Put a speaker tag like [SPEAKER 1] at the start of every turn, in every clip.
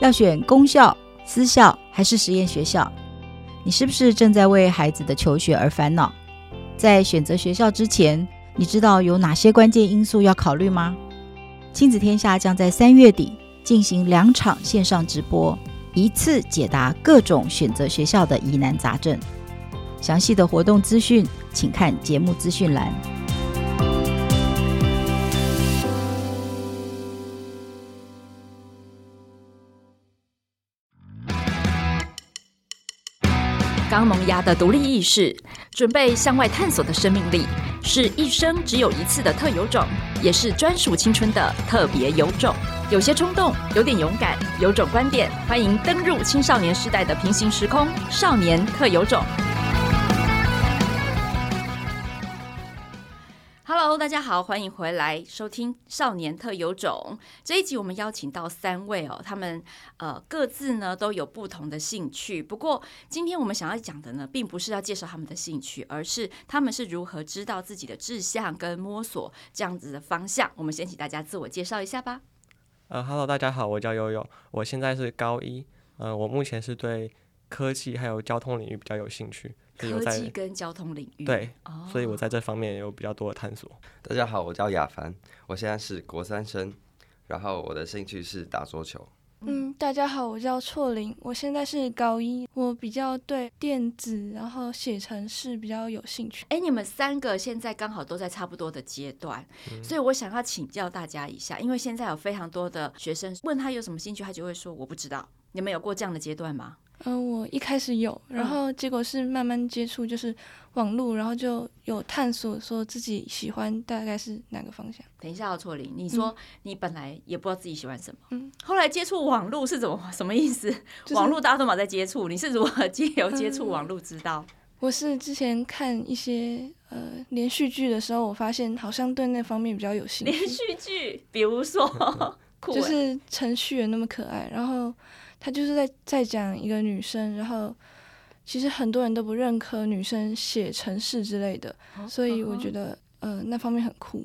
[SPEAKER 1] 要选公校、私校还是实验学校？你是不是正在为孩子的求学而烦恼？在选择学校之前，你知道有哪些关键因素要考虑吗？亲子天下将在三月底进行两场线上直播，一次解答各种选择学校的疑难杂症。详细的活动资讯，请看节目资讯栏。
[SPEAKER 2] 刚萌芽的独立意识，准备向外探索的生命力，是一生只有一次的特有种，也是专属青春的特别有种。有些冲动，有点勇敢，有种观点，欢迎登入青少年时代的平行时空，少年特有种。Hello，大家好，欢迎回来收听《少年特有种》这一集。我们邀请到三位哦，他们呃各自呢都有不同的兴趣。不过今天我们想要讲的呢，并不是要介绍他们的兴趣，而是他们是如何知道自己的志向跟摸索这样子的方向。我们先请大家自我介绍一下吧。
[SPEAKER 3] 呃，Hello，大家好，我叫悠悠，我现在是高一，呃，我目前是对科技还有交通领域比较有兴趣，所以
[SPEAKER 2] 科
[SPEAKER 3] 我在
[SPEAKER 2] 技跟交通领域，
[SPEAKER 3] 对，
[SPEAKER 2] 哦，
[SPEAKER 3] 所以我在这方面有比较多的探索。
[SPEAKER 4] 大家好，我叫亚凡，我现在是国三生，然后我的兴趣是打桌球。
[SPEAKER 5] 嗯，大家好，我叫错玲，我现在是高一，我比较对电子然后写程式比较有兴趣。
[SPEAKER 2] 哎，你们三个现在刚好都在差不多的阶段，
[SPEAKER 3] 嗯
[SPEAKER 2] 所以我想要请教大家一下，因为现在有非常多的学生问他有什么兴趣，他就会说我不知道。你们有过这样的阶段吗？
[SPEAKER 5] 嗯、我一开始有，
[SPEAKER 2] 嗯
[SPEAKER 5] 然后结果是慢慢接触就是网络，然后就有探索说自己喜欢大概是哪个方向。
[SPEAKER 2] 等一下，要错林，你
[SPEAKER 3] 嗯
[SPEAKER 2] 说你本来也不知道自己喜欢什么，
[SPEAKER 5] 嗯
[SPEAKER 2] 后来接触网络是怎么什么意思？
[SPEAKER 5] 就是
[SPEAKER 2] 网络大家都嘛在接触，你是如何 借由接触网络知道？
[SPEAKER 5] 我是之前看一些呃连续剧的时候，我发现好像对那方面比较有兴
[SPEAKER 2] 连
[SPEAKER 5] 趣，
[SPEAKER 2] 续剧，比如 说，酷欸
[SPEAKER 5] 嗯就是程序员那么可爱，然后他就是在在讲一个女生，然后其实很多人都不认可女生写程式之类的，所以
[SPEAKER 2] 嗯
[SPEAKER 5] 我觉得呃那方面很酷。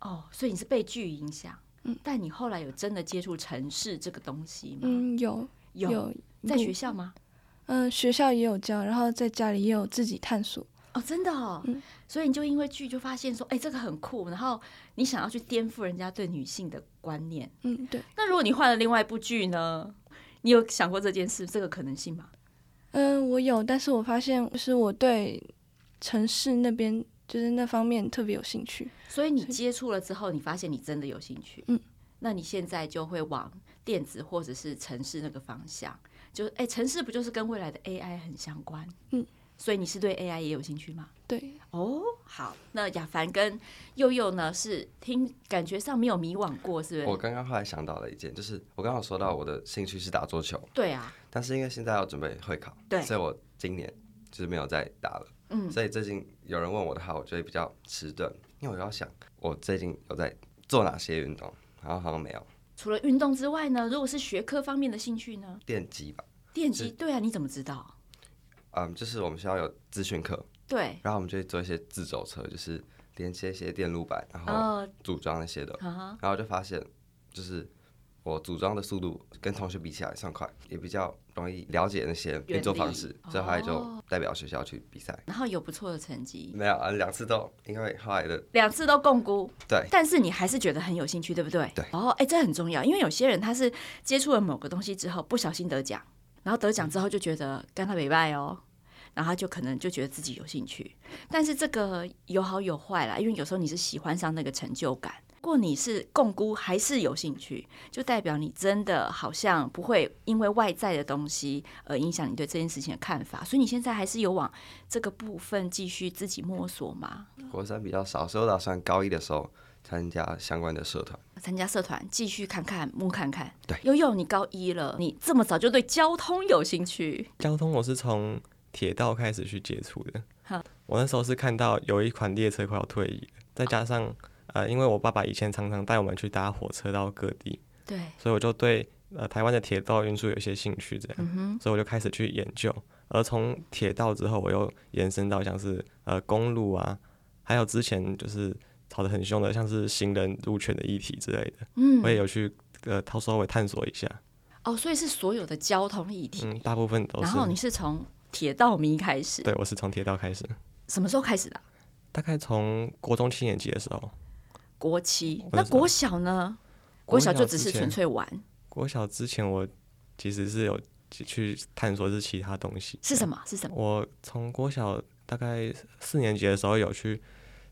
[SPEAKER 2] 哦，所以你是被剧影响，
[SPEAKER 5] 嗯
[SPEAKER 2] 但你后来有真的接触城市这个东西吗？
[SPEAKER 5] 嗯，有
[SPEAKER 2] 有在学校吗？
[SPEAKER 5] 嗯、学校也有教，然后在家里也有自己探索。
[SPEAKER 2] 哦，真的哦，
[SPEAKER 5] 嗯
[SPEAKER 2] 所以你就因为剧就发现说，哎、这个很酷，然后你想要去颠覆人家对女性的观念。
[SPEAKER 5] 嗯，对，
[SPEAKER 2] 那如果你换了另外一部剧呢？你有想过这件事这个可能性吗？
[SPEAKER 5] 嗯、我有，但是我发现就是我对城市那边就是那方面特别有兴趣。
[SPEAKER 2] 所以你
[SPEAKER 5] 是
[SPEAKER 2] 接触了之后，你发现你真的有兴趣，
[SPEAKER 5] 嗯，
[SPEAKER 2] 那你现在就会往电子或者是城市那个方向，就是哎、城市不就是跟未来的 AI 很相关？
[SPEAKER 5] 嗯，
[SPEAKER 2] 所以你是对 AI 也有兴趣吗？
[SPEAKER 5] 对，
[SPEAKER 2] 哦，好，那亚凡跟佑佑呢是听感觉上没有迷惘过，是不
[SPEAKER 4] 我
[SPEAKER 2] 是？
[SPEAKER 4] 刚刚后来想到了一件，就是我刚好说到我的兴趣是打桌球，
[SPEAKER 2] 对啊，
[SPEAKER 4] 但是因为现在要准备会考，
[SPEAKER 2] 对
[SPEAKER 4] 所以我今年就是没有再打了。
[SPEAKER 2] 嗯，
[SPEAKER 4] 所以最近有人问我的话，我就会比较迟钝，因为我要想我最近有在做哪些运动，然后好像没有
[SPEAKER 2] 除了运动之外呢，如果是学科方面的兴趣呢，
[SPEAKER 4] 电击吧，
[SPEAKER 2] 电机对啊，你怎么知道？
[SPEAKER 4] 嗯，就是我们学校有资讯课，
[SPEAKER 2] 对，
[SPEAKER 4] 然后我们就会做一些自走车，就是连接一些电路板，然后
[SPEAKER 2] 呃，
[SPEAKER 4] 组装那些的。
[SPEAKER 2] 哈哈，
[SPEAKER 4] 然后就发现，就是我组装的速度跟同学比起来算快，也比较容易了解那些运作方式
[SPEAKER 2] 原理，
[SPEAKER 4] 所以后来就
[SPEAKER 2] 哦
[SPEAKER 4] 代表学校去比赛。
[SPEAKER 2] 然后有不错的成绩，
[SPEAKER 4] 没有啊，两次都因为后来的
[SPEAKER 2] 两次都共估，
[SPEAKER 4] 对
[SPEAKER 2] 但是你还是觉得很有兴趣，对不对？
[SPEAKER 4] 对
[SPEAKER 2] 哦，哎，这很重要，因为有些人他是接触了某个东西之后不小心得奖，然后得奖之后就觉得跟他没拜哦，然后他就可能就觉得自己有兴趣，但是这个有好有坏啦，因为有时候你是喜欢上那个成就感。如果你是共估还是有兴趣，就代表你真的好像不会因为外在的东西而影响你对这件事情的看法，所以你现在还是有往这个部分继续自己摸索吗？
[SPEAKER 4] 国三比较少，所以我打算高一的时候参加相关的社团。
[SPEAKER 2] 参加社团，继续看看摸看看。
[SPEAKER 4] 对
[SPEAKER 2] 悠悠，你高一了，你这么早就对交通有兴趣，
[SPEAKER 3] 交通我是从铁道开始去接触的
[SPEAKER 2] 好，
[SPEAKER 3] 我那时候是看到有一款列车快要退役了，再加上呃，因为我爸爸以前常常带我们去搭火车到各地，
[SPEAKER 2] 对，
[SPEAKER 3] 所以我就对呃台湾的铁道运输有一些兴趣，这样，
[SPEAKER 2] 嗯
[SPEAKER 3] 所以我就开始去研究。而从铁道之后，我又延伸到像是呃公路啊，还有之前就是吵得很凶的，像是行人路权的议题之类的，
[SPEAKER 2] 嗯
[SPEAKER 3] 我也有去呃到时候会探索一下。
[SPEAKER 2] 哦，所以是所有的交通议题。
[SPEAKER 3] 嗯，大部分都
[SPEAKER 2] 然
[SPEAKER 3] 是。
[SPEAKER 2] 后你是从铁道迷开始，
[SPEAKER 3] 对，我是从铁道开始，
[SPEAKER 2] 什么时候开始的啊、
[SPEAKER 3] 大概从国中七年级的时候，
[SPEAKER 2] 国七，
[SPEAKER 3] 我也
[SPEAKER 2] 那
[SPEAKER 3] 是
[SPEAKER 2] 国小呢？
[SPEAKER 3] 国
[SPEAKER 2] 国小就只
[SPEAKER 3] 之
[SPEAKER 2] 是
[SPEAKER 3] 前
[SPEAKER 2] 纯粹玩，
[SPEAKER 3] 国小之前，我其实是有去去探索是其他东西。
[SPEAKER 2] 是什么？是什么？
[SPEAKER 3] 我从国小大概四年级的时候有去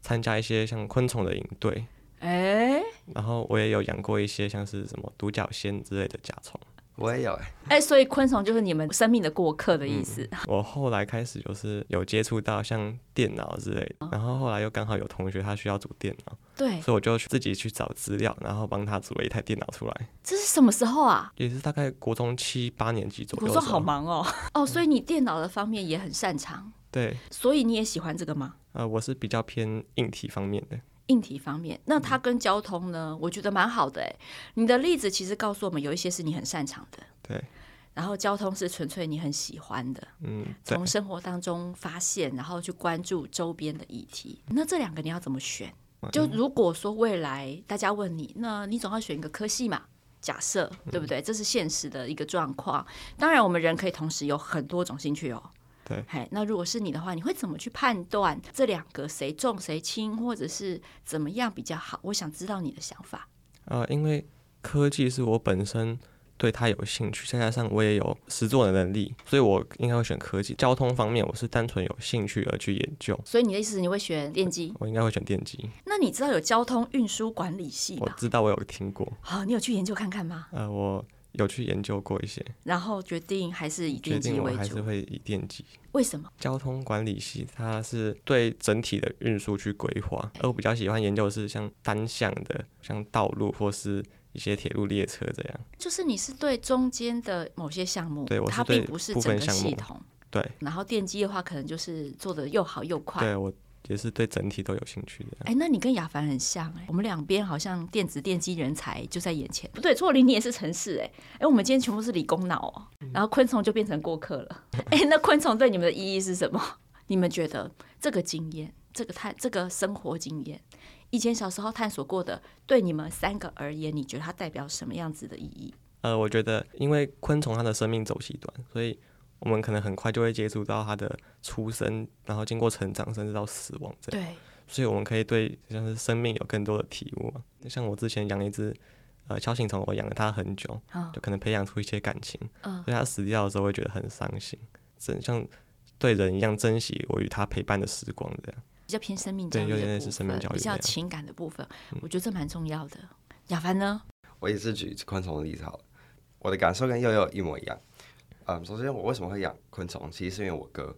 [SPEAKER 3] 参加一些像昆虫的营队，
[SPEAKER 2] 哎
[SPEAKER 3] 然后我也有养过一些像是什么独角仙之类的甲虫。
[SPEAKER 4] 我也有哎、
[SPEAKER 2] 哎，所以昆虫就是你们生命的过客的意思。
[SPEAKER 3] 我后来开始就是有接触到像电脑之类的，然后后来又刚好有同学他需要组电脑，
[SPEAKER 2] 对，
[SPEAKER 3] 所以我就去自己去找资料，然后帮他组了一台电脑出来，
[SPEAKER 2] 这是什么时候啊？
[SPEAKER 3] 也是大概国中七八年级左右
[SPEAKER 2] 我
[SPEAKER 3] 的时
[SPEAKER 2] 说
[SPEAKER 3] 候。
[SPEAKER 2] 好忙哦，哦，所以你电脑的方面也很擅长，
[SPEAKER 3] 对，
[SPEAKER 2] 所以你也喜欢这个吗？
[SPEAKER 3] 呃，我是比较偏硬体方面的。
[SPEAKER 2] 硬体方面，那它跟交通呢？我觉得蛮好的哎。你的例子其实告诉我们，有一些是你很擅长的，
[SPEAKER 3] 对，
[SPEAKER 2] 然后交通是纯粹你很喜欢的，
[SPEAKER 3] 嗯，对
[SPEAKER 2] 从，生活当中发现，然后去关注周边的议题。那这两个你要怎么选？
[SPEAKER 3] 嗯
[SPEAKER 2] 就如果说未来大家问你，那你总要选一个科系嘛？假设
[SPEAKER 3] 嗯
[SPEAKER 2] 对不对？这是现实的一个状况。当然，我们人可以同时有很多种兴趣哦。
[SPEAKER 3] 对
[SPEAKER 2] 嘿，那如果是你的话，你会怎么去判断这两个谁重谁轻，或者是怎么样比较好？我想知道你的想法。
[SPEAKER 3] 呃，因为科技是我本身对它有兴趣，再加上我也有实作的能力，所以我应该会选科技。交通方面，我是单纯有兴趣而去研究，
[SPEAKER 2] 所以你的意思，是你会选电 机？
[SPEAKER 3] 我应该会选电机。
[SPEAKER 2] 那你知道有交通运输管理系
[SPEAKER 3] 我
[SPEAKER 2] 吗？
[SPEAKER 3] 知道我有听过，
[SPEAKER 2] 好、你有去研究看看吗？
[SPEAKER 3] 呃，我有去研究过一些，
[SPEAKER 2] 然后决定还是以
[SPEAKER 3] 决
[SPEAKER 2] 电机
[SPEAKER 3] 定我
[SPEAKER 2] 为
[SPEAKER 3] 还是
[SPEAKER 2] 主。
[SPEAKER 3] 会以电机。
[SPEAKER 2] 为什么？
[SPEAKER 3] 交通管理系它是对整体的运输去规划，而我比较喜欢研究的是像单向的，像道路或是一些铁路列车这样。
[SPEAKER 2] 就是你是对中间的某些项目，
[SPEAKER 3] 对我是
[SPEAKER 2] 它
[SPEAKER 3] 对
[SPEAKER 2] 并不是
[SPEAKER 3] 部
[SPEAKER 2] 整
[SPEAKER 3] 分
[SPEAKER 2] 个
[SPEAKER 3] 项目
[SPEAKER 2] 系统。
[SPEAKER 3] 对，
[SPEAKER 2] 然后电机的话，可能就是做的又好又快。
[SPEAKER 3] 对我也是对整体都有兴趣的。
[SPEAKER 2] 哎，那你跟亚凡很像哎、我们两边好像电子电机人才就在眼前。不对，错林你也是城市哎、哎，我们今天全部是理工脑哦、
[SPEAKER 3] 嗯
[SPEAKER 2] 然后昆虫就变成过客了。哎，那昆虫对你们的意义是什么？ 你们觉得这个经验，这个探，这个生活经验，以前小时候探索过的，对你们三个而言，你觉得它代表什么样子的意义？
[SPEAKER 3] 呃，我觉得因为昆虫它的生命周期短，所以我们可能很快就会接触到它的出生，然后经过成长，甚至到死亡这样。
[SPEAKER 2] 对，
[SPEAKER 3] 所以我们可以对像是生命有更多的体悟嘛。像我之前养了一只呃锹形虫，我养了它很久，
[SPEAKER 2] 嗯
[SPEAKER 3] 就可能培养出一些感情，
[SPEAKER 2] 嗯
[SPEAKER 3] 所以它死掉的时候会觉得很伤心，真像对人一样珍惜我与它陪伴的时光这样。
[SPEAKER 2] 比较偏生命教
[SPEAKER 3] 对
[SPEAKER 2] 育
[SPEAKER 3] 有点
[SPEAKER 2] 的
[SPEAKER 3] 类
[SPEAKER 2] 部
[SPEAKER 3] 似生命
[SPEAKER 2] 分
[SPEAKER 3] 教育
[SPEAKER 2] 比
[SPEAKER 3] 那
[SPEAKER 2] 较
[SPEAKER 3] 样嗯
[SPEAKER 2] 情感的部分，我觉得这蛮重要的。亚凡呢？
[SPEAKER 4] 我也是举昆虫的例子好了。我的感受跟佑佑一模一样。嗯，首先我为什么会养昆虫，其实是因为我哥，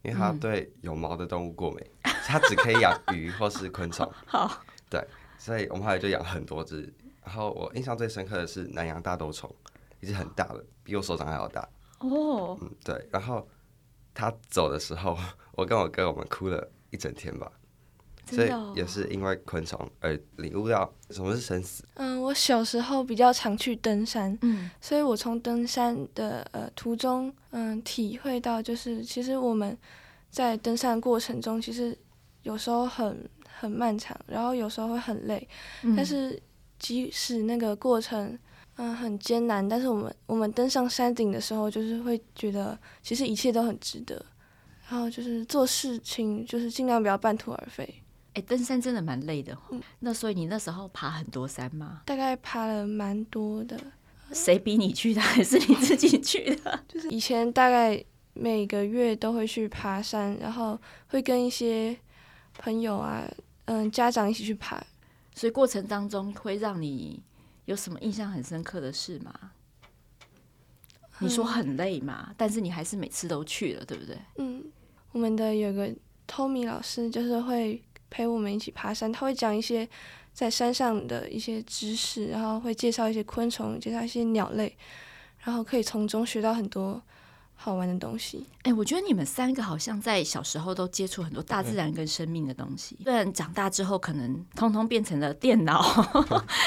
[SPEAKER 4] 因为他
[SPEAKER 2] 嗯
[SPEAKER 4] 对有毛的动物过敏，他只可以养鱼或是昆虫。
[SPEAKER 2] 好，
[SPEAKER 4] 对，所以我们后来就养很多只。然后我印象最深刻的是南洋大豆虫，一只很大的，比我手掌还要大。
[SPEAKER 2] 哦，
[SPEAKER 4] 嗯，对。然后他走的时候，我跟我哥我们哭了一整天吧，所
[SPEAKER 2] 真
[SPEAKER 4] 以
[SPEAKER 2] 的、哦、
[SPEAKER 4] 也是因为昆虫而领悟到什么是生死。
[SPEAKER 5] 嗯，我小时候比较常去登山，
[SPEAKER 2] 嗯，
[SPEAKER 5] 所以我从登山的呃途中，嗯，体会到就是其实我们在登山的过程中，其实有时候很很漫长，然后有时候会很累，
[SPEAKER 2] 嗯
[SPEAKER 5] 但是即使那个过程。嗯，很艰难，但是我们我们登上山顶的时候，就是会觉得其实一切都很值得，然后就是做事情就是尽量不要半途而废。
[SPEAKER 2] 哎、登山真的蛮累的、哦。那所以你那时候爬很多山吗？
[SPEAKER 5] 大概爬了蛮多的，
[SPEAKER 2] 谁逼你去的？ 还是你自己去的？
[SPEAKER 5] 就是以前大概每个月都会去爬山，然后会跟一些朋友啊，嗯，家长一起去爬。
[SPEAKER 2] 所以过程当中会让你有什么印象很深刻的事吗？你说很累嘛，但是你还是每次都去了，对不对？
[SPEAKER 5] 嗯，我们的有个 Tommy 老师就是会陪我们一起爬山，他会讲一些在山上的一些知识，然后会介绍一些昆虫，介绍一些鸟类，然后可以从中学到很多好玩的东西。
[SPEAKER 2] 哎、我觉得你们三个好像在小时候都接触很多大自然跟生命的东西，虽然长大之后可能通通变成了电 脑、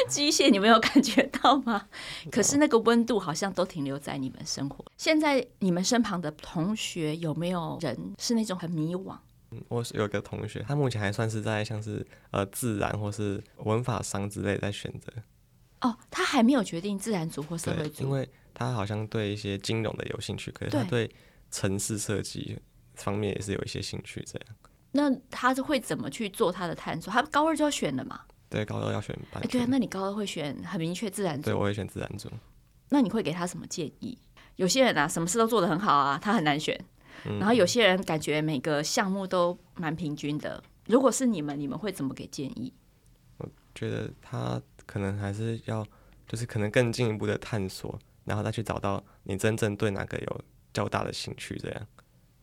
[SPEAKER 2] 机械，你们有感觉到吗？可
[SPEAKER 3] 啊
[SPEAKER 2] 是那个温度好像都停留在你们生活。现在你们身旁的同学有没有人是那种很迷惘？
[SPEAKER 3] 我是有一个同学，他目前还算是在像是呃自然或是文法商之类在选择，
[SPEAKER 2] 哦，他还没有决定自然组或社会
[SPEAKER 3] 对，因
[SPEAKER 2] 组，
[SPEAKER 3] 为他好像对一些金融的有兴趣，可是他对城市设计方面也是有一些兴趣。这样，
[SPEAKER 2] 那他是会怎么去做他的探索？他高二就要选了嘛？
[SPEAKER 3] 对高二要选班
[SPEAKER 2] 哎，
[SPEAKER 3] 组
[SPEAKER 2] 对啊，，那你高二会选很明确自然
[SPEAKER 3] 对
[SPEAKER 2] 组，
[SPEAKER 3] 我会选自然组。
[SPEAKER 2] 那你会给他什么建议？有些人啊，什么事都做得很好啊，他很难选。
[SPEAKER 3] 嗯
[SPEAKER 2] 然后有些人感觉每个项目都蛮平均的。如果是你们，你们会怎么给建议？
[SPEAKER 3] 觉得他可能还是要，就是可能更进一步的探索，然后再去找到你真正对哪个有较大的兴趣，这样，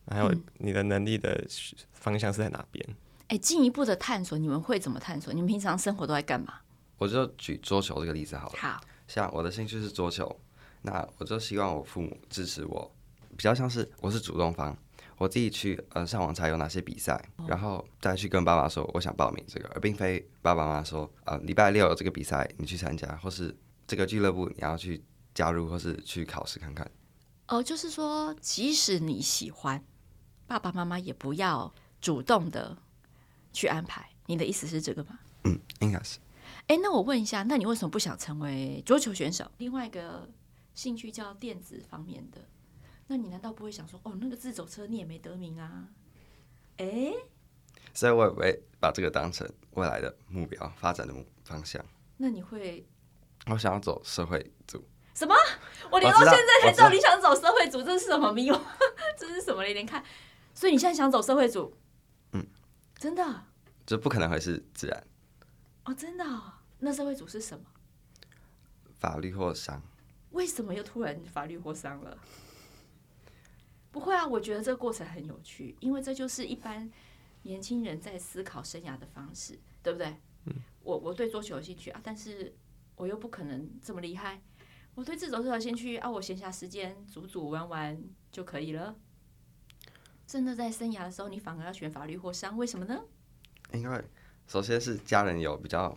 [SPEAKER 3] 还有
[SPEAKER 2] 嗯
[SPEAKER 3] 你的能力的方向是在哪边。
[SPEAKER 2] 哎，进一步的探索，你们会怎么探索？你们平常生活都在干嘛？
[SPEAKER 4] 我就举桌球这个例子好了。
[SPEAKER 2] 好，
[SPEAKER 4] 像我的兴趣是桌球，那我就希望我父母支持我，比较像是我是主动方，我自己去呃上网查有哪些比赛，然后再去跟爸妈说我想报名这个，而并非爸爸妈妈说呃礼拜六有这个比赛你去参加，或是这个俱乐部你要去加入，或是去考试看看。
[SPEAKER 2] 哦，就是说，即使你喜欢，爸爸妈妈也不要主动的去安排。你的意思是这个吗？
[SPEAKER 4] 嗯，应该是
[SPEAKER 2] 哎，那我问一下，那你为什么不想成为桌球选手？另外一个兴趣叫电子方面的，那你难道不会想说，哦，那个自走车你也没得名啊？哎，
[SPEAKER 4] 所以我也会把这个当成未来的目标发展的目方向。
[SPEAKER 2] 那你会
[SPEAKER 4] 我想要走社会组，
[SPEAKER 2] 什么？我连
[SPEAKER 4] 我
[SPEAKER 2] 到
[SPEAKER 4] 知
[SPEAKER 2] 现
[SPEAKER 4] 道
[SPEAKER 2] 在才
[SPEAKER 4] 我
[SPEAKER 2] 知
[SPEAKER 4] 知道
[SPEAKER 2] 道你想走社会组，这是什么迷惘？ 这是什么？你连看，所以你现在想走社会组？
[SPEAKER 4] 嗯，
[SPEAKER 2] 真的啊
[SPEAKER 4] 这不可能会是自然
[SPEAKER 2] 哦，真的哦。那社会组是什么？
[SPEAKER 4] 法律或商。
[SPEAKER 2] 为什么又突然法律或伤了？不会啊，我觉得这个过程很有趣，因为这就是一般年轻人在思考生涯的方式，对不对？我我对桌球有兴趣啊，但是我又不可能这么厉害。我对自走车有兴趣啊，我闲暇时间组组玩玩就可以了。真的在生涯的时候，你反而要选法律或商，为什么呢？
[SPEAKER 4] 因为首先是家人有比较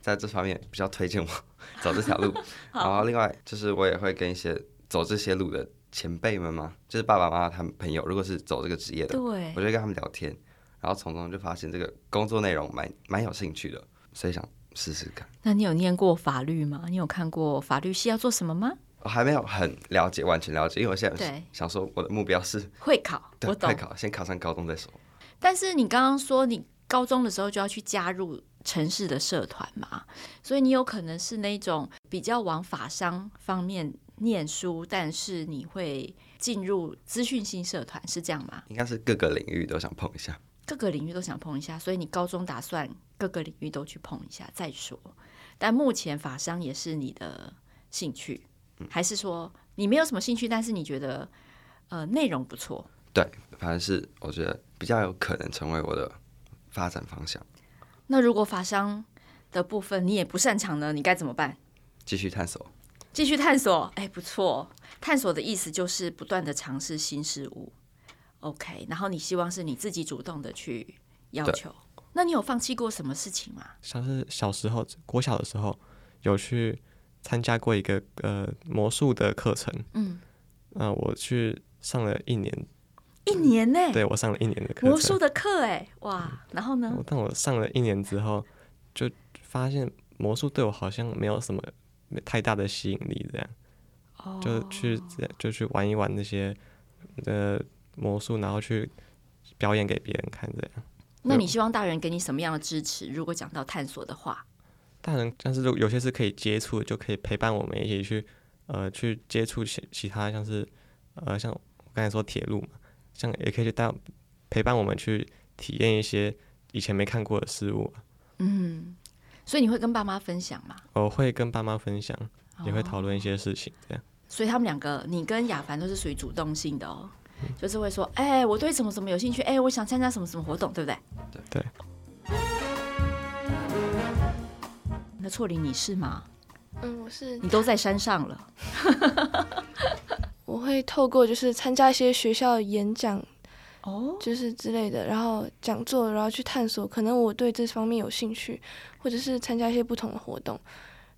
[SPEAKER 4] 在这方面比较推荐我 走这条 路，然后另外就是我也会跟一些走这些路的前辈们嘛，就是爸爸妈妈他们朋友，如果是走这个职业的，
[SPEAKER 2] 对
[SPEAKER 4] 我就会跟他们聊天，然后从中就发现这个工作内容蛮蛮有兴趣的，所以想试试看。
[SPEAKER 2] 那你有念过法律吗？你有看过法律系要做什么吗？
[SPEAKER 4] 我还没有很了解，完全了解，因为我现
[SPEAKER 2] 对
[SPEAKER 4] 在想说我的目标是
[SPEAKER 2] 会考，我
[SPEAKER 4] 对
[SPEAKER 2] 懂
[SPEAKER 4] 快。考，先考上高中再说。
[SPEAKER 2] 但是你刚刚说你高中的时候就要去加入城市的社团嘛，所以你有可能是那种比较往法商方面念书，但是你会进入资讯性社团，是这样吗？
[SPEAKER 4] 应该是各个领域都想碰一下，
[SPEAKER 2] 各个领域都想碰一下，所以你高中打算各个领域都去碰一下再说。但目前法商也是你的兴趣，还是说你没有什么兴趣，但是你觉得呃内容不错？
[SPEAKER 4] 对，反正是我觉得比较有可能成为我的发展方向。
[SPEAKER 2] 那如果法商的部分你也不擅长呢，你该怎么办？
[SPEAKER 4] 继续探索。
[SPEAKER 2] 继续探索，哎，不错。探索的意思就是不断的尝试新事物。OK，然后你希望是你自己主动的去要求。那你有放弃过什么事情吗？
[SPEAKER 3] 像是小时候国小的时候有去参加过一个呃魔术的课程，
[SPEAKER 2] 嗯，
[SPEAKER 3] 那、我去上了一年，
[SPEAKER 2] 一年呢、
[SPEAKER 3] 对我上了一年的课程，
[SPEAKER 2] 魔术的课哎，哇，然后呢？
[SPEAKER 3] 但我上了一年之后，就发现魔术对我好像没有什么太大的吸引力，这样
[SPEAKER 2] 哦，
[SPEAKER 3] 就去就去玩一玩那些呃魔术，然后去表演给别人看，这样。
[SPEAKER 2] 那你希望大人给你什么样的支持？如果讲到探索的话，
[SPEAKER 3] 大人，但是如果有些是可以接触的，就可以陪伴我们一起去呃去接触其其他像是呃像我刚才说铁路嘛，像也可以去带陪伴我们去体验一些以前没看过的事物。
[SPEAKER 2] 嗯，所以你会跟爸妈分享吗？
[SPEAKER 3] 我会跟爸妈分享，也会讨论一些事情，这样。
[SPEAKER 2] 所以他们两个，你跟雅凡都是属于主动性的哦，就是会说，哎、我对什么什么有兴趣，哎、我想参加什么什么活动，对不对？
[SPEAKER 3] 对。
[SPEAKER 2] 那错林你是吗？
[SPEAKER 5] 嗯，我是
[SPEAKER 2] 你都在山上了，
[SPEAKER 5] 我会透过就是参加一些学校演讲
[SPEAKER 2] 哦，
[SPEAKER 5] 就是之类的，然后讲座，然后去探索，可能我对这方面有兴趣，或者是参加一些不同的活动。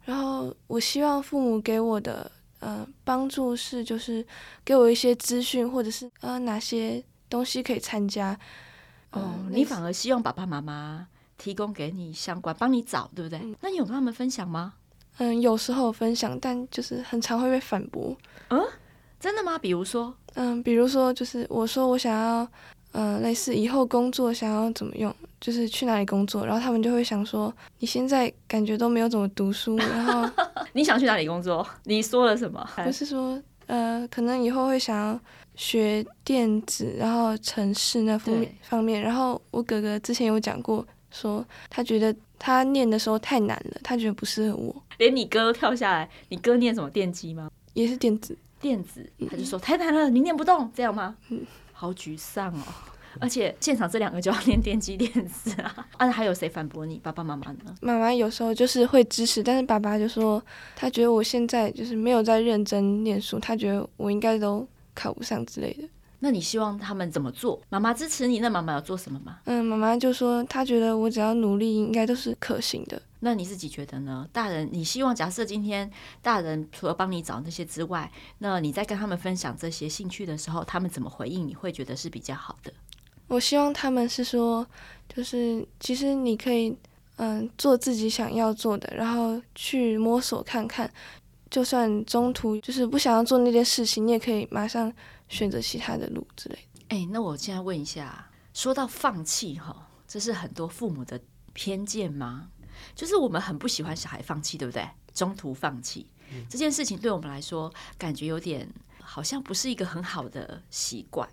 [SPEAKER 5] 然后我希望父母给我的呃帮助是，就是给我一些资讯，或者是呃哪些东西可以参加。呃
[SPEAKER 2] 哦，
[SPEAKER 5] 类
[SPEAKER 2] 你
[SPEAKER 5] 似
[SPEAKER 2] 反而嗯希望爸爸妈妈提供给你相关，帮你找，对不对？那你有跟他们分享吗？
[SPEAKER 5] 嗯，有时候有分享，但就是很常会被反驳。
[SPEAKER 2] 真的吗？比如说，
[SPEAKER 5] 嗯，比如说就是我说我想要，嗯，类似以后工作想要怎么用，就是去哪里工作，然后他们就会想说你现在感觉都没有怎么读书，然后
[SPEAKER 2] 啊你想去哪里工作？你说了什 么？
[SPEAKER 5] 不是说呃，可能以后会想要学电子，然后城市那方面
[SPEAKER 2] 对
[SPEAKER 5] 方面。然后我哥哥之前有讲过，说他觉得他念的时候太难了，他觉得不适合我，
[SPEAKER 2] 连你哥都跳下来，你哥念什么电机吗？
[SPEAKER 5] 也是电子。
[SPEAKER 2] 电子，他就说太难了，你念不动，这样吗？好沮丧哦。而且现场这两个就要念电机电子啊， 啊，那还有谁反驳你？爸爸妈妈呢？
[SPEAKER 5] 妈妈有时候就是会支持，但是爸爸就说他觉得我现在就是没有在认真念书，他觉得我应该都考不上之类的。
[SPEAKER 2] 那你希望他们怎么做？妈妈支持你，那妈妈有做什么吗？
[SPEAKER 5] 嗯，妈妈就说她觉得我只要努力，应该都是可行的。
[SPEAKER 2] 那你自己觉得呢？大人，你希望假设今天大人除了帮你找那些之外，那你在跟他们分享这些兴趣的时候，他们怎么回应？你会觉得是比较好的？
[SPEAKER 5] 我希望他们是说，就是其实你可以，嗯，做自己想要做的，然后去摸索看看。就算中途就是不想要做那件事情，你也可以马上选择其他的路之类的。
[SPEAKER 2] 哎，那我现在问一下，啊说到放弃哈，这是很多父母的偏见吗？就是我们很不喜欢小孩放弃，对不对？中途放弃、这件事情，对我们来说感觉有点好像不是一个很好的习惯。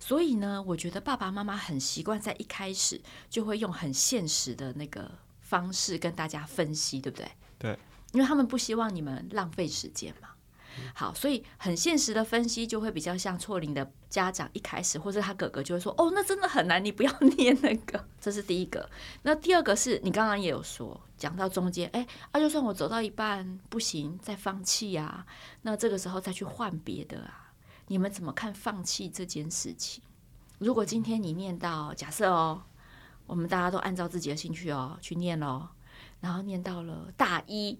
[SPEAKER 2] 所以呢，我觉得爸爸妈妈很习惯在一开始就会用很现实的那个方式跟大家分析，对不对？
[SPEAKER 3] 对，
[SPEAKER 2] 因为他们不希望你们浪费时间嘛。好，所以很现实的分析就会比较像错龄的家长一开始，或者他哥哥就会说：“哦，那真的很难，你不要 念那个。”这是第一个。那第二个是你刚刚也有说，讲到中间，哎，啊，就算我走到一半不行，再放弃呀、啊，那这个时候再去换别的啊。你们怎么看放弃这件事情？如果今天你念到，假设哦，我们大家都按照自己的兴趣哦去念喽，然后念到了大一，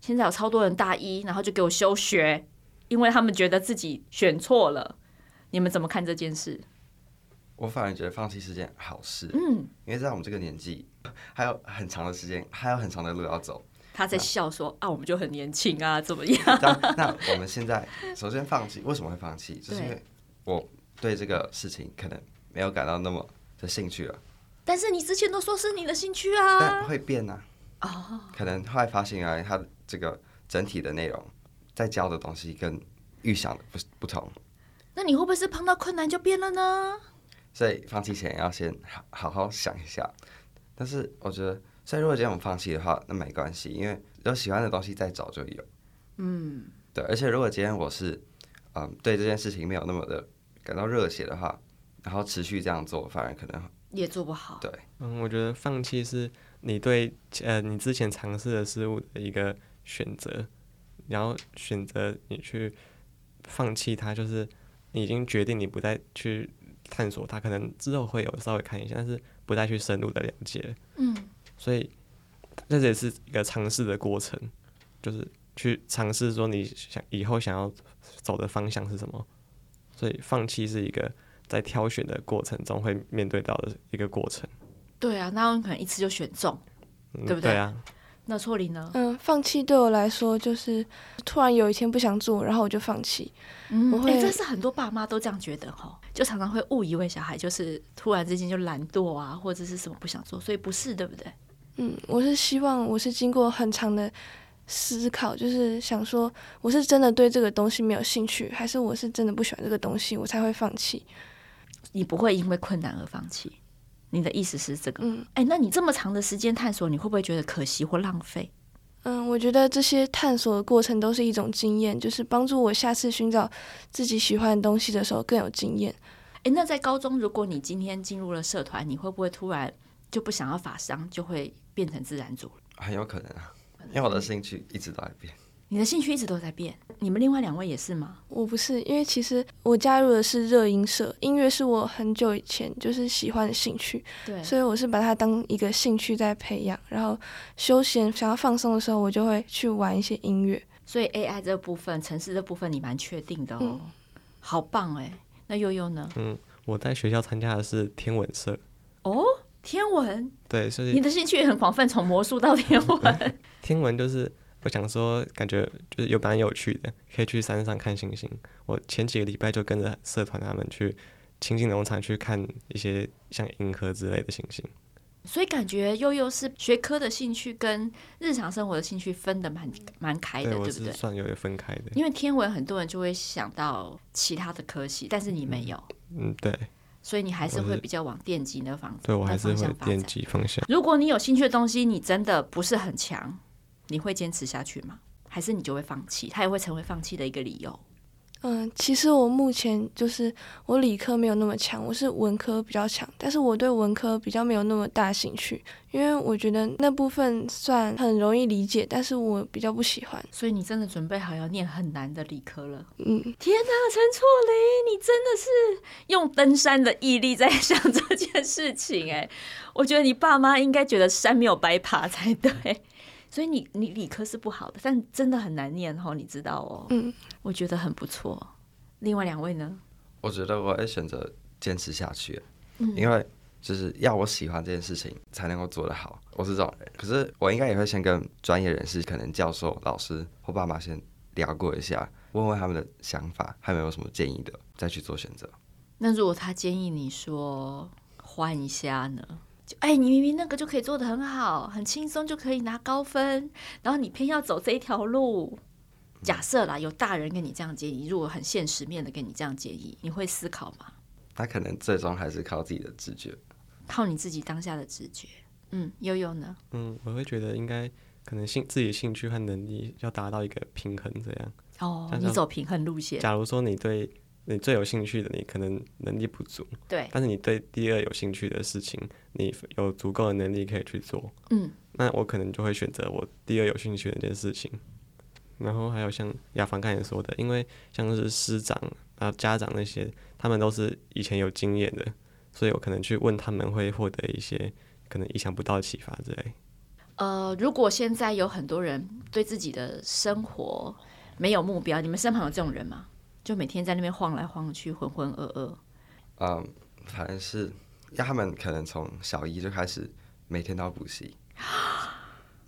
[SPEAKER 2] 现在有超多人大一，然后就给我休学，因为他们觉得自己选错了。你们怎么看这件事？
[SPEAKER 4] 我反而觉得放弃是件好事，
[SPEAKER 2] 嗯，
[SPEAKER 4] 因为在我们这个年纪，还有很长的时间，还有很长的路要走。
[SPEAKER 2] 他在笑说啊，我们就很年轻啊，怎么样？
[SPEAKER 4] 那 那我们现在首先放弃，为什么会放弃？就是因为我对这个事情可能没有感到那么的兴趣了，
[SPEAKER 2] 但是你之前都说是你的兴趣
[SPEAKER 4] 但
[SPEAKER 2] 啊。
[SPEAKER 4] 会变啊。
[SPEAKER 2] 哦，
[SPEAKER 4] 可能后来发现啊，它这个整体的内容在教的东西跟预想的不是不同，
[SPEAKER 2] 那你会不会是碰到困难就变了呢？
[SPEAKER 4] 所以放弃前要先好好好想一下。但是我觉得，所以如果今天我们放弃的话，那没关系，因为有喜欢的东西再找就有。
[SPEAKER 2] 嗯，
[SPEAKER 4] 对，而且如果今天我是嗯对这件事情没有那么的感到热血的话，然后持续这样做，反而可能
[SPEAKER 2] 也做不好。
[SPEAKER 4] 对
[SPEAKER 3] 嗯，我觉得放弃是你对呃你之前尝试的事物的一个选择，然后选择你去放弃它，就是你已经决定你不再去探索它，可能之后会有稍微看一下，但是不再去深入的了解了
[SPEAKER 2] 嗯，
[SPEAKER 3] 所以这也是一个尝试的过程，就是去尝试说你想以后想要走的方向是什么。所以放弃是一个在挑选的过程中会面对到的一个过程，
[SPEAKER 2] 对啊，那我可能一次就选中。
[SPEAKER 3] 嗯、
[SPEAKER 2] 对不对
[SPEAKER 3] 对啊，
[SPEAKER 2] 那错林呢？
[SPEAKER 5] 嗯，放弃对我来说就是突然有一天不想做，然后我就放弃。
[SPEAKER 2] 嗯
[SPEAKER 5] 我会
[SPEAKER 2] 诶这是很多爸妈都这样觉得哈，就常常会误以为小孩就是突然之间就懒惰啊，或者是什么不想做，所以不是对不对？
[SPEAKER 5] 嗯，我是希望我是经过很长的思考，就是想说我是真的对这个东西没有兴趣，还是我是真的不喜欢这个东西，我才会放弃。
[SPEAKER 2] 你不会因为困难而放弃。你的意思是这个？
[SPEAKER 5] 嗯
[SPEAKER 2] 哎、那你这么长的时间探索，你会不会觉得可惜或浪费？
[SPEAKER 5] 嗯，我觉得这些探索的过程都是一种经验，就是帮助我下次寻找自己喜欢的东西的时候更有经验。
[SPEAKER 2] 哎、那在高中，如果你今天进入了社团，你会不会突然就不想要法商，就会变成自然组了？
[SPEAKER 4] 很有可能啊，因为我的兴趣一直都在变。
[SPEAKER 2] 你的兴趣一直都在变，你们另外两位也是吗？
[SPEAKER 5] 我不是，因为其实我加入的是热音社，音乐是我很久以前就是喜欢的兴趣，
[SPEAKER 2] 对
[SPEAKER 5] 所以我是把它当一个兴趣在培养。然后休闲想要放松的时候，我就会去玩一些音乐。
[SPEAKER 2] 所以 AI 这部分、城市这部分，你蛮确定的哦，
[SPEAKER 5] 嗯
[SPEAKER 2] 好棒哎、那悠悠呢？
[SPEAKER 3] 我在学校参加的是天文社，
[SPEAKER 2] 哦，天文，
[SPEAKER 3] 对，所以
[SPEAKER 2] 你的兴趣也很广泛，从魔术到天文。
[SPEAKER 3] 天文就是我想说，感觉就是有蛮有趣的，可以去山上看星星。我前几个礼拜就跟着社团他们去亲近农场去看一些像银河之类的星星。
[SPEAKER 2] 所以感觉悠悠是学科的兴趣跟日常生活的兴趣分的蛮蛮开的，
[SPEAKER 3] 对，
[SPEAKER 2] 对
[SPEAKER 3] 我
[SPEAKER 2] 不
[SPEAKER 3] 是
[SPEAKER 2] 对？
[SPEAKER 3] 算有点分开的。
[SPEAKER 2] 因为天文很多人就会想到其他的科系，但是你没有，
[SPEAKER 3] 嗯，对，
[SPEAKER 2] 所以你还是
[SPEAKER 3] 我
[SPEAKER 2] 会
[SPEAKER 3] 是
[SPEAKER 2] 比较往电机那方
[SPEAKER 3] 对我还是
[SPEAKER 2] 那方
[SPEAKER 3] 会
[SPEAKER 2] 向发展
[SPEAKER 3] 惦记方向。
[SPEAKER 2] 如果你有兴趣的东西，你真的不是很强，你会坚持下去吗？还是你就会放弃？它也会成为放弃的一个理由。
[SPEAKER 5] 嗯，其实我目前就是我理科没有那么强，我是文科比较强，但是我对文科比较没有那么大兴趣，因为我觉得那部分算很容易理解，但是我比较不喜欢。
[SPEAKER 2] 所以你真的准备好要念很难的理科了。
[SPEAKER 5] 嗯，
[SPEAKER 2] 天哪，陈错林，你真的是用登山的毅力在想这件事情哎、我觉得你爸妈应该觉得山没有白爬才对。所以你你理科是不好的，但真的很难念哦，你知道哦。
[SPEAKER 5] 嗯，
[SPEAKER 2] 我觉得很不错。另外两位呢？
[SPEAKER 4] 我觉得我会选择坚持下去，
[SPEAKER 2] 嗯
[SPEAKER 4] 因为就是要我喜欢这件事情才能够做得好，我是这种人。可是我应该也会先跟专业人士，可能教授、老师或爸妈先聊过一下，问问他们的想法，还有没有什么建议的，再去做选择。
[SPEAKER 2] 那如果他建议你说换一下呢？就哎、你明明那个就可以做得很好，很轻松就可以拿高分，然后你偏要走这一条路。假设啦，有大人跟你这样建议，如果很现实面的跟你这样建议，你会思考吗？
[SPEAKER 4] 他可能最终还是靠自己的直觉。
[SPEAKER 2] 靠你自己当下的直觉。嗯，悠悠呢？
[SPEAKER 3] 嗯，我会觉得应该可能兴自己的兴趣和能力要达到一个平衡，这样。
[SPEAKER 2] 哦，
[SPEAKER 3] 想
[SPEAKER 2] 你
[SPEAKER 3] 想
[SPEAKER 2] 走平衡路线，
[SPEAKER 3] 假如说你对你最有兴趣的，你可能能力不足，
[SPEAKER 2] 对，
[SPEAKER 3] 但是你对第二有兴趣的事情，你有足够的能力可以去做。
[SPEAKER 2] 嗯，
[SPEAKER 3] 那我可能就会选择我第二有兴趣的那件事情。然后还有像雅凡刚才说的，因为像是师长啊、家长那些，他们都是以前有经验的，所以我可能去问他们会获得一些可能意想不到的启发之类。
[SPEAKER 2] 呃，如果现在有很多人对自己的生活没有目标，你们身旁有这种人吗？就每天在那边晃来晃去，浑浑噩噩。
[SPEAKER 4] 嗯，反正是要他们可能从小一就开始每天都要补 习。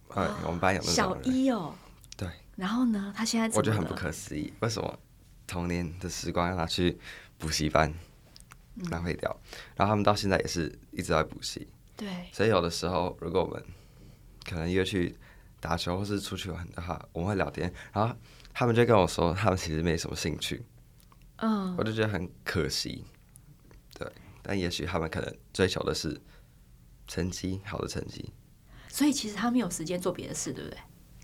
[SPEAKER 4] 嗯，我们班有那种
[SPEAKER 2] 小
[SPEAKER 4] 人，
[SPEAKER 2] 一哦，
[SPEAKER 4] 对，
[SPEAKER 2] 然后呢，他现在
[SPEAKER 4] 我觉
[SPEAKER 2] 怎
[SPEAKER 4] 得
[SPEAKER 2] 么
[SPEAKER 4] 很不
[SPEAKER 2] 了
[SPEAKER 4] 可思议，为什么童年的时光要拿去补习班
[SPEAKER 2] 嗯
[SPEAKER 4] 浪费掉？然后他们到现在也是一直在补习，
[SPEAKER 2] 对，
[SPEAKER 4] 所以有的时候如果我们可能约去打球或是出去玩的话，我们会聊天，然后他们就跟我说他们其实没什么兴趣，
[SPEAKER 2] 嗯，
[SPEAKER 4] 我就觉得很可惜。对，但也许他们可能追求的是成绩，好的成绩，
[SPEAKER 2] 所以其实他没有时间做别的事，对不对？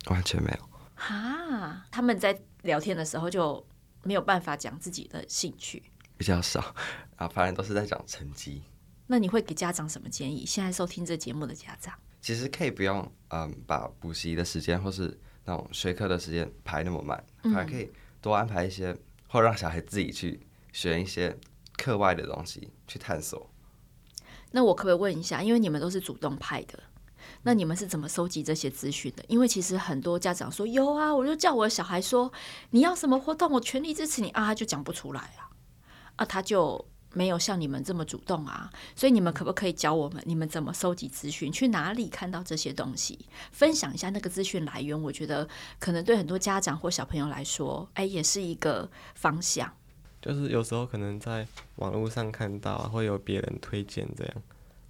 [SPEAKER 4] 完全没有。
[SPEAKER 2] 哈，他们在聊天的时候就没有办法讲自己的兴趣。
[SPEAKER 4] 比较少啊，反正都是在讲成绩。
[SPEAKER 2] 那你会给家长什么建议？现在收听这节目的家长，
[SPEAKER 4] 其实可以不用，嗯，把补习的时间或是那种学科的时间排那么满，
[SPEAKER 2] 嗯
[SPEAKER 4] 还可以多安排一些，或让小孩自己去选一些课外的东西去探索。
[SPEAKER 2] 那我可不可以问一下？因为你们都是主动派的，那你们是怎么收集这些资讯的？因为其实很多家长说有啊，我就叫我的小孩说你要什么活动，我全力支持你啊，他就讲不出来啊，啊，他就没有像你们这么主动啊。所以你们可不可以教我们，你们怎么收集资讯，去哪里看到这些东西，分享一下那个资讯来源？我觉得可能对很多家长或小朋友来说，哎，也是一个方向。
[SPEAKER 3] 就是有时候可能在网络上看到、啊，会有别人推荐这样。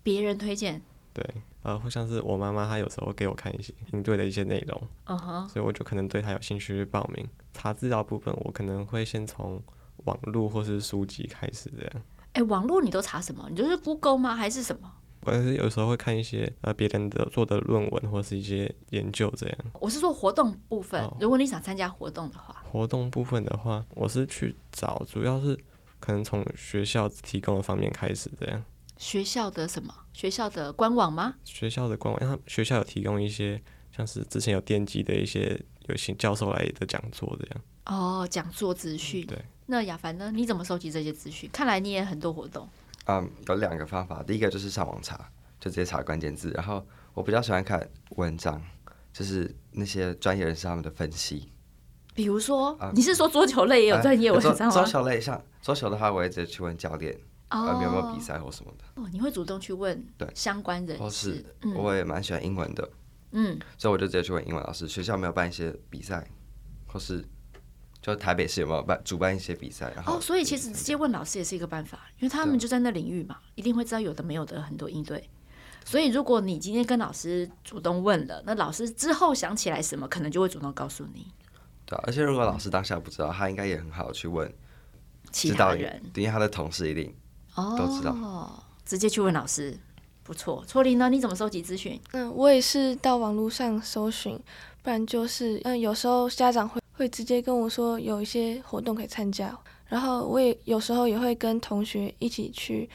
[SPEAKER 2] 别人推荐，
[SPEAKER 3] 对，呃，或像是我妈妈，她有时候给我看一些应对的一些内容，
[SPEAKER 2] 嗯哼。
[SPEAKER 3] 所以我就可能对她有兴趣去报名。查资料部分，我可能会先从网络或是书籍开始这样。
[SPEAKER 2] 哎，网络你都查什么？你就是 Google 吗？还是什么？
[SPEAKER 3] 我还是有时候会看一些呃别人的做的论文或是一些研究这样。
[SPEAKER 2] 我是说活动部分，
[SPEAKER 3] 哦
[SPEAKER 2] 如果你想参加活动的话，
[SPEAKER 3] 活动部分的话，我是去找，主要是可能从学校提供的方面开始这样。
[SPEAKER 2] 学校的什么？学校的官网吗？
[SPEAKER 3] 学校的官网，因为他学校有提供一些像是之前有电机的一些有些教授来的讲座这样。
[SPEAKER 2] 哦，讲座
[SPEAKER 4] 嗯
[SPEAKER 2] 资讯。
[SPEAKER 3] 对。
[SPEAKER 2] 那雅凡呢？你怎么收集这些资讯？看来你也很多活动。
[SPEAKER 4] 嗯，有两个方法，第一个就是上网查，就直接查关键字。然后我比较喜欢看文章，就是那些专业人士他们的分析。
[SPEAKER 2] 比如说
[SPEAKER 4] 啊，
[SPEAKER 2] 你是说桌球类也有专业文章
[SPEAKER 4] 啊桌
[SPEAKER 2] 吗哦
[SPEAKER 4] 桌？球类像桌球的话，我也直接去问教练，啊，有没有比赛或什么的。
[SPEAKER 2] 哦，你会主动去问
[SPEAKER 4] 对
[SPEAKER 2] 相关人
[SPEAKER 4] 或
[SPEAKER 2] 士
[SPEAKER 4] 是。我也蛮喜欢英文的，
[SPEAKER 2] 嗯，
[SPEAKER 4] 所以我就直接去问英文老师，学校有没有办一些比赛，或是就是台北市有没有办主办一些比赛？然后
[SPEAKER 2] 哦，所以其实直接问老师也是一个办法，因为他
[SPEAKER 4] 啊
[SPEAKER 2] 们就在那领域嘛，一定会知道有的没有的很多应对。所以如果你今天跟老师主动问了，那老师之后想起来什么，可能就会主动告诉你
[SPEAKER 4] 对啊、而且如果老师当下不知道，他应该也很好去问
[SPEAKER 2] 其
[SPEAKER 4] 知
[SPEAKER 2] 他
[SPEAKER 4] 道
[SPEAKER 2] 人
[SPEAKER 4] 因为他的同事一定
[SPEAKER 2] 哦，
[SPEAKER 4] 都知道
[SPEAKER 2] 直接去问老师，不错。错林呢？你怎么收集资讯？
[SPEAKER 5] 嗯，我也是到网络上搜寻，不然就是嗯，有时候家长会会直接跟我说有一些活动可以参加，然后我也有时候也会跟同学一起去，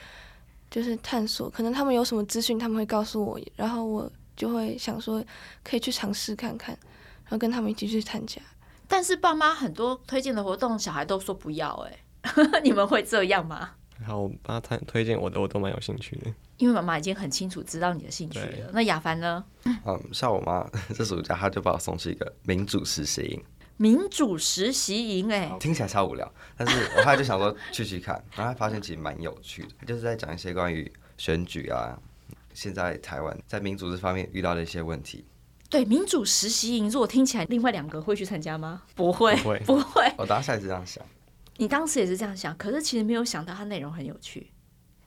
[SPEAKER 5] 就是探索，可能他们有什么资讯他们会告诉我，然后我就会想说可以去尝试看看，然后跟他们一起去参加。
[SPEAKER 2] 但是爸妈很多推荐的活动，小孩都说不要、哎， 你们会这样吗？
[SPEAKER 3] 然后我帮他推荐我的，我都蛮有兴趣的。
[SPEAKER 2] 因为妈妈已经很清楚知道你的兴趣
[SPEAKER 3] 对
[SPEAKER 2] 了。那雅凡呢？
[SPEAKER 4] 嗯，像我妈 这暑假，她就把我送去一个民主实习营，
[SPEAKER 2] 民主实习营、哎，
[SPEAKER 4] 听起来超无聊，但是我后来就想说去去看，然后发现其实蛮有趣的，就是在讲一些关于选举啊，现在台湾在民主这方面遇到的一些问题。
[SPEAKER 2] 对，民主实习营，如果听起来，另外两个会去参加吗？不会，
[SPEAKER 3] 不会
[SPEAKER 2] 不会。
[SPEAKER 4] 我当下也是这样想，
[SPEAKER 2] 你当时也是这样想，可是其实没有想到它内容很有趣，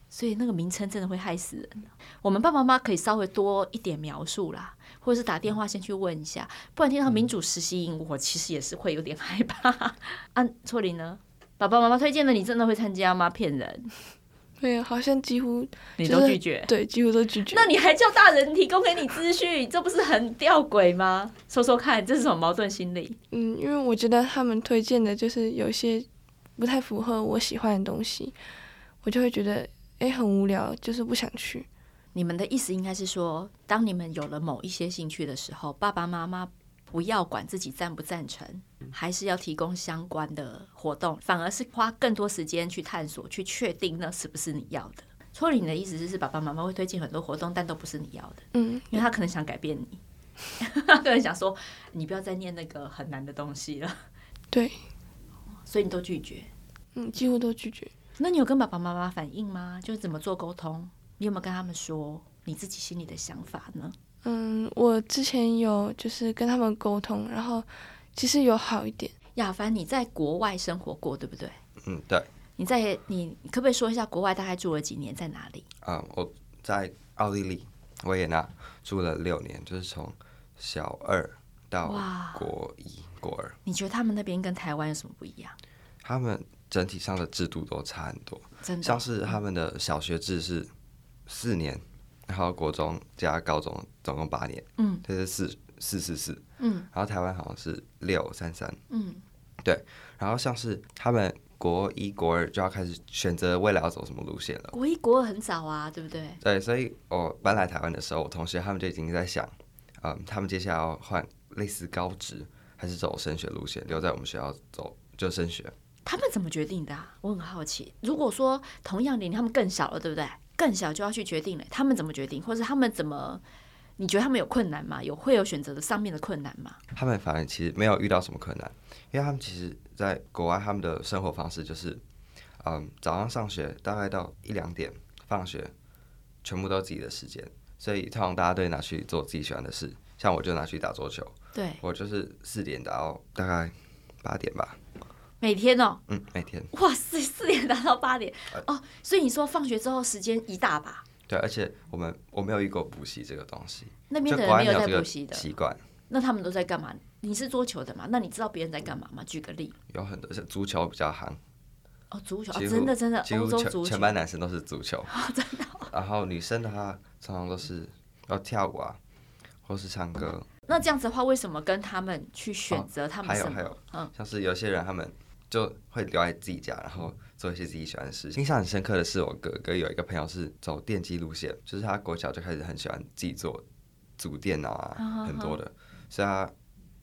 [SPEAKER 2] 所以那个名称真的会害死人。啊我们爸爸妈妈可以稍微多一点描述啦，或者是打电话先去问一下，不然听到民主实习营，我其实也是会有点害怕。 啊，错林呢？爸爸妈妈推荐的，你真的会参加吗？骗人，
[SPEAKER 5] 没有，啊好像几乎
[SPEAKER 2] 你
[SPEAKER 5] 就
[SPEAKER 2] 都
[SPEAKER 5] 是
[SPEAKER 2] 拒绝。
[SPEAKER 5] 对，几乎都拒绝。
[SPEAKER 2] 那你还叫大人提供给你资讯，这不是很吊诡吗？说说看，这是什么矛盾心理？
[SPEAKER 5] 嗯，因为我觉得他们推荐的就是有一些不太符合我喜欢的东西，我就会觉得诶很无聊，就是不想去。
[SPEAKER 2] 你们的意思应该是说，当你们有了某一些兴趣的时候，爸爸妈妈不要管自己赞不赞成，还是要提供相关的活动，反而是花更多时间去探索，去确定那是不是你要的。错理你的意思是，爸爸妈妈会推荐很多活动，但都不是你要的，
[SPEAKER 5] 嗯，
[SPEAKER 2] 因为他可能想改变你，他可能想说你不要再念那个很难的东西了，
[SPEAKER 5] 对，
[SPEAKER 2] 所以你都拒绝。
[SPEAKER 5] 嗯，几乎都拒绝。
[SPEAKER 2] 那你有跟爸爸妈妈反映吗？就是怎么做沟通？你有没有跟他们说你自己心里的想法呢？
[SPEAKER 5] 嗯，我之前有就是跟他们沟通，然后其实有好一点。
[SPEAKER 2] 亚凡，你在国外生活过，对不对？
[SPEAKER 4] 嗯，对，
[SPEAKER 2] 你在你你可不可以说一下国外大概住了几年，在哪里？
[SPEAKER 4] 嗯，我在奥地利维也纳住了六年，就是从小二到
[SPEAKER 2] 哇
[SPEAKER 4] 国一、国二，
[SPEAKER 2] 你觉得他们那边跟台湾有什么不一样？
[SPEAKER 4] 他们整体上的制度都差很多，
[SPEAKER 2] 真的
[SPEAKER 4] 像是他们的小学制是四年，然后国中加高中总共八年，
[SPEAKER 2] 嗯，
[SPEAKER 4] 这是四四四四，
[SPEAKER 2] 嗯
[SPEAKER 4] 然后台湾好像是六三三，
[SPEAKER 2] 嗯，
[SPEAKER 4] 然后像是他们国一国二就要开始选择未来要走什么路线了。
[SPEAKER 2] 国一国二很早啊，对不对？
[SPEAKER 4] 对，所以我搬来台湾的时候，我同学他们就已经在想，嗯，他们接下来要换类似高职，还是走升学路线，留在我们学校走就升学。
[SPEAKER 2] 他们怎么决定的、啊？我很好奇。如果说同样年龄，他们更小了，对不对？更小就要去决定了，他们怎么决定，或者他们怎么？你觉得他们有困难吗？有会有选择的上面的困难吗？
[SPEAKER 4] 他们反而其实没有遇到什么困难，因为他们其实在国外他们的生活方式就是，嗯，早上上学大概到一两点，放学全部都自己的时间，所以通常大家都会拿去做自己喜欢的事，像我就拿去打桌球，
[SPEAKER 2] 对，
[SPEAKER 4] 我就是四点打到大概八点吧，
[SPEAKER 2] 每天哦，
[SPEAKER 4] 嗯，每天。
[SPEAKER 2] 哇塞，四点打到八点
[SPEAKER 4] 呃
[SPEAKER 2] 哦，所以你说放学之后时间一大把，
[SPEAKER 4] 对，而且我们我没有遇过补习这个东西，
[SPEAKER 2] 那边
[SPEAKER 4] 就
[SPEAKER 2] 的
[SPEAKER 4] 国
[SPEAKER 2] 人没
[SPEAKER 4] 外
[SPEAKER 2] 有在
[SPEAKER 4] 这
[SPEAKER 2] 补
[SPEAKER 4] 个
[SPEAKER 2] 习的，
[SPEAKER 4] 习惯，
[SPEAKER 2] 那他们都在干嘛？你是桌球的嘛？那你知道别人在干嘛吗？举个例，
[SPEAKER 4] 有很多像足球比较行，
[SPEAKER 2] 哦，足球，哦、
[SPEAKER 4] 几乎、
[SPEAKER 2] 真的真的，
[SPEAKER 4] 几
[SPEAKER 2] 欧
[SPEAKER 4] 乎
[SPEAKER 2] 洲
[SPEAKER 4] 全
[SPEAKER 2] 足球哦
[SPEAKER 4] 全，班男生都是足球，然后女生的话，常常都是要跳舞啊，或是唱歌，
[SPEAKER 2] 那这样子的话，为什么跟他们去选择他们
[SPEAKER 4] 哦还有
[SPEAKER 2] 什么？
[SPEAKER 4] 还有
[SPEAKER 2] 嗯，
[SPEAKER 4] 像是有些人他们就会留在自己家，然后做一些自己喜欢的事情。印象很深刻的是，我哥哥有一个朋友是走电机路线，就是他国小就开始很喜欢自己做组电脑啊，很多的，所以他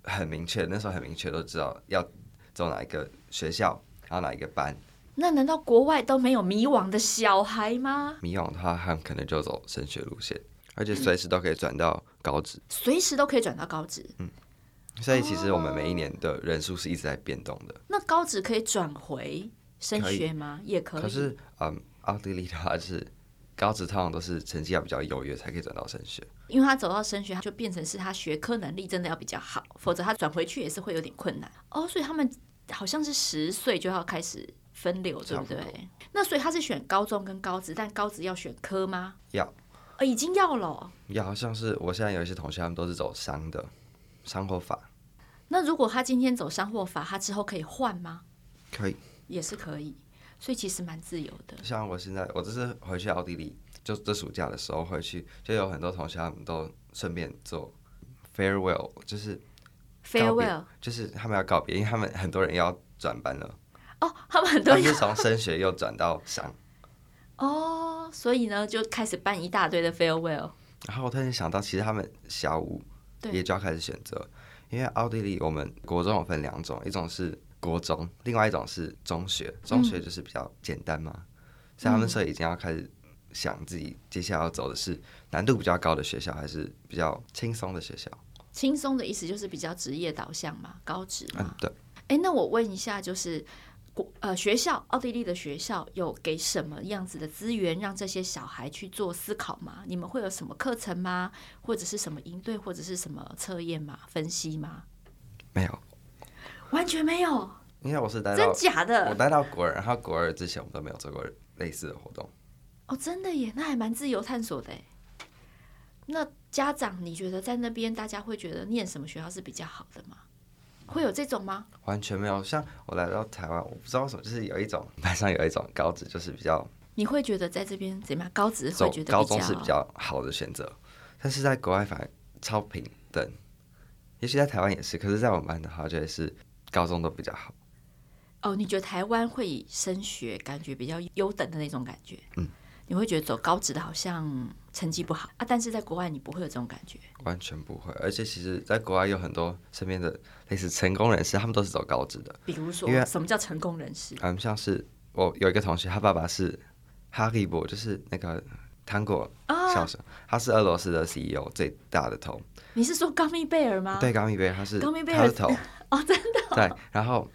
[SPEAKER 4] 很明确，那时候很明确都知道要走哪一个学校，然后哪一个班。
[SPEAKER 2] 那难道国外都没有迷惘的小孩吗？
[SPEAKER 4] 迷惘的话，他们可能就走升学路线，而且随时都可以转到高职。
[SPEAKER 2] 随时都可以转到高职，
[SPEAKER 4] 嗯所以其实我们每一年的人数是一直在变动的。
[SPEAKER 2] 那高职可以转回升
[SPEAKER 4] 可以
[SPEAKER 2] 学吗？也可以，
[SPEAKER 4] 可是，嗯，奥地利的话是高职通常都是成绩要比较优越才可以转到升学。
[SPEAKER 2] 因为他走到升学，就变成是他学科能力真的要比较好，否则他转回去也是会有点困难哦。所以他们好像是十岁就要开始分流，对不对
[SPEAKER 4] 差不多？
[SPEAKER 2] 那所以他是选高中跟高职，但高职要选科吗？
[SPEAKER 4] 要
[SPEAKER 2] 呃，已经要了哦。
[SPEAKER 4] 要好像是我现在有一些同学，他们都是走商的，商或法
[SPEAKER 2] 那如果他今天走商或法，他之后可以换吗？
[SPEAKER 4] 可以。
[SPEAKER 2] 也是可以，所以其实蛮自由的。
[SPEAKER 4] 像我现在，我这次回去奥地利，就这暑假的时候回去，就有很多同学他们都顺便做 farewell，就是告别
[SPEAKER 2] Farewell
[SPEAKER 4] 就是他们要告别，因为他们很多人要转班了，
[SPEAKER 2] 哦，他们很
[SPEAKER 4] 他
[SPEAKER 2] 多
[SPEAKER 4] 们
[SPEAKER 2] 人
[SPEAKER 4] 是从升学又转到商。
[SPEAKER 2] 哦，所以呢就开始办一大堆的 Farewell。
[SPEAKER 4] 然后我突然想到，其实他们小五
[SPEAKER 2] 对
[SPEAKER 4] 也就要开始选择，因为奥地利我们国中有分两种，一种是国中，另外一种是中学。中
[SPEAKER 2] 嗯
[SPEAKER 4] 学就是比较简单嘛，所以他们所以已经要开始想自己接下来要走的是难度比较高的学校，还是比较轻松的学校。
[SPEAKER 2] 轻松的意思就是比较职业导向嘛，高职嘛。
[SPEAKER 4] 嗯，对，
[SPEAKER 2] 哎，那我问一下，就是国呃学校，奥地利的学校有给什么样子的资源让这些小孩去做思考吗？你们会有什么课程吗？或者是什么应对，或者是什么测验吗？分析吗？
[SPEAKER 4] 没有，
[SPEAKER 2] 完全没有，
[SPEAKER 4] 因为我是待
[SPEAKER 2] 真
[SPEAKER 4] 到
[SPEAKER 2] 假
[SPEAKER 4] 哎我
[SPEAKER 2] 的？
[SPEAKER 4] 待到国二，然后国二之前我们都没有做过类似的活动。
[SPEAKER 2] 哦，真的耶，那还蛮自由探索的耶。欸那家长，你觉得在那边大家会觉得念什么学校是比较好的吗？会有这种吗？
[SPEAKER 4] 完全没有，像我来到台湾，我不知道为什么，就是有一种班上有一种高职，就是比较
[SPEAKER 2] 你会觉得在这边怎么样？高职会
[SPEAKER 4] 走
[SPEAKER 2] 觉得
[SPEAKER 4] 高中是比较好的选择，但是在国外反而超平等。也许在台湾也是，可是在我们班的话，就会是高中都比较好。
[SPEAKER 2] 哦，你觉得台湾会以升学感觉比较优等的那种感觉？
[SPEAKER 4] 嗯，
[SPEAKER 2] 你会觉得走高职的好像成绩不好啊，但是在国外你不会有这种感觉。
[SPEAKER 4] 完全不会，而且其实，在国外有很多身边的类似成功人士，他们都是走高职的。
[SPEAKER 2] 比如说
[SPEAKER 4] 因为，
[SPEAKER 2] 什么叫成功人士？
[SPEAKER 4] 嗯，像是我有一个同学，他爸爸是哈利波，就是那个糖果销售，他是俄罗斯的 CEO 最大的头，
[SPEAKER 2] 啊你是说高密贝尔吗？
[SPEAKER 4] 对，高米贝尔他是
[SPEAKER 2] 啊高米贝
[SPEAKER 4] 他
[SPEAKER 2] 尔
[SPEAKER 4] 是头，
[SPEAKER 2] 哦，真的
[SPEAKER 4] 对，然后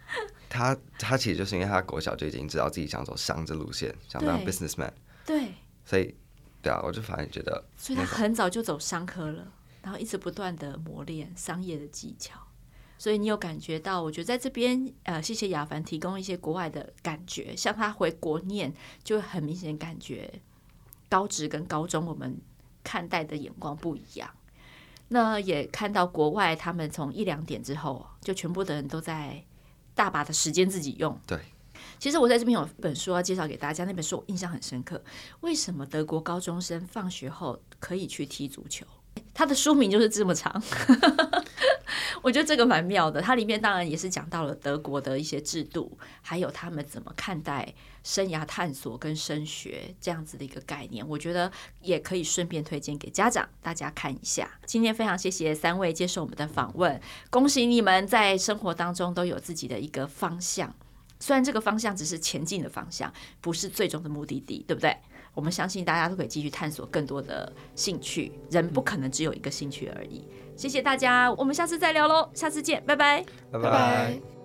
[SPEAKER 4] 他他其实就是因为他国小就已经知道自己想走商这路线，想当
[SPEAKER 2] 对
[SPEAKER 4] businessman，
[SPEAKER 2] 对，
[SPEAKER 4] 所以对啊，我就反而觉得
[SPEAKER 2] 所以他很早就走商科了，然后一直不断的磨练商业的技巧。所以你有感觉到，我觉得在这边，呃，谢谢雅凡提供一些国外的感觉，像他回国念，就会很明显感觉高职跟高中我们看待的眼光不一样。那也看到国外他们从一两点之后，就全部的人都在大把的时间自己用。
[SPEAKER 4] 对，
[SPEAKER 2] 其实我在这边有本书要介绍给大家，那本书我印象很深刻。为什么德国高中生放学后可以去踢足球？它的书名就是这么长， 我觉得这个蛮妙的。它里面当然也是讲到了德国的一些制度，还有他们怎么看待生涯探索跟升学这样子的一个概念。我觉得也可以顺便推荐给家长大家看一下。今天非常谢谢三位接受我们的访问，恭喜你们在生活当中都有自己的一个方向。虽然这个方向只是前进的方向，不是最终的目的地，对不对？我们相信大家都可以继续探索更多的兴趣，人不可能只有一个兴趣而已。谢谢大家，我们下次再聊喽，下次见，拜拜。
[SPEAKER 4] 拜
[SPEAKER 5] 拜拜。